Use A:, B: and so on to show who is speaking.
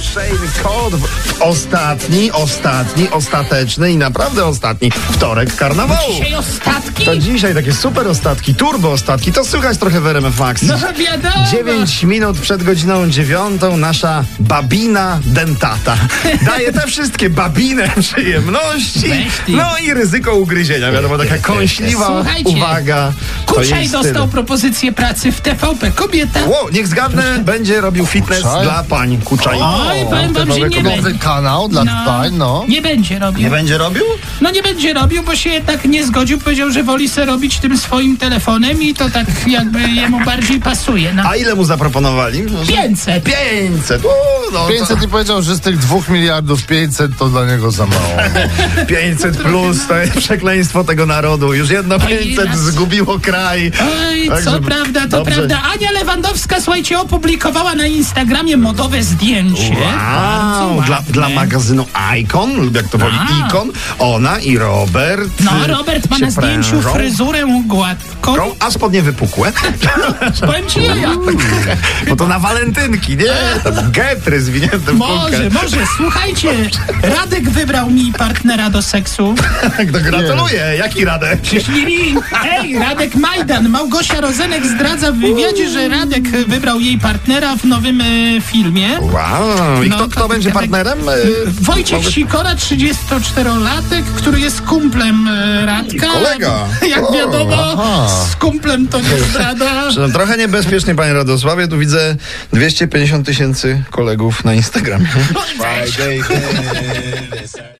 A: Shane Code w ostatni, ostatni, ostateczny i naprawdę ostatni wtorek karnawału.
B: Dzisiaj ostatki?
A: To dzisiaj takie super ostatki, turbo ostatki, to słychać trochę w RMF Max.
B: No wiadomo.
A: 9 minut przed godziną dziewiątą nasza babina dentata. Daje te wszystkie babine przyjemności,
B: Weź ty.
A: no i ryzyko ugryzienia. Wiadomo, taka kąśliwa
B: Słuchajcie,
A: uwaga. to jej
B: Kuczaj
A: styl.
B: dostał propozycję pracy w TVP. Kobieta.
A: Ło, niech zgadnę, będzie robił fitness
C: Kuczaj?
A: dla pań Kuczaj.
B: Oj, powiem wam, że nie
C: Nowy
B: będzie.
C: kanał dla pań, no.
B: Nie będzie robił.
A: tak, Nie będzie robił?
B: No nie będzie robił, bo się jednak nie zgodził. Powiedział, że woli se robić tym swoim telefonem i to tak jakby jemu bardziej pasuje. No.
A: A ile mu zaproponowali?
B: 500.
A: 500. O, no,
C: 500 i powiedział, że z tych dwóch miliardów 500 to dla niego za mało.
A: 500 plus to jest przekleństwo tego narodu. Już jedno
B: Oj,
A: 500
B: raz.
A: zgubiło kraj.
B: Oj,
A: Także
B: co prawda, to
A: Tak, dobrze.
B: prawda. Ania Lewandowska, słuchajcie, opublikowała na Instagramie modowe zdjęcie. Bardzo
A: Wow,
B: ładne.
A: dla, dla magazynu Icon, lub jak to woli
B: A.
A: Icon, ona i Robert.
B: No,
A: y,
B: Robert ma
A: się
B: na zdjęciu
A: prężą.
B: fryzurę gładką.
A: Prą, A spodnie wypukłe,
B: Powiem ci, ja.
A: bo to na walentynki, nie? Tam Getry zwinięte w
B: Może,
A: kulkę.
B: może, słuchajcie, Radek wybrał mi partnera do seksu.
A: Tak, to gratuluję. Jaki Radek?
B: Ślili. Ej, Radek Majdan. Małgosia Rozenek zdradza w wywiadzie, że Radek wybrał jej partnera w nowym e, filmie.
A: Wow, i
B: No,
A: kto,
B: to tak-
A: kto będzie
B: Radek-
A: partnerem? Y,
B: Wojciech
A: Mogę-
B: Sikora, 34-latek, który jest kumplem e, Radka.
A: Kolega.
B: Jak wiadomo, z kumplem to nie zdrada.
A: Przepraszam, trochę niebezpiecznie, panie Radosławie. Tu widzę 250 tysięcy kolegów na Instagramie.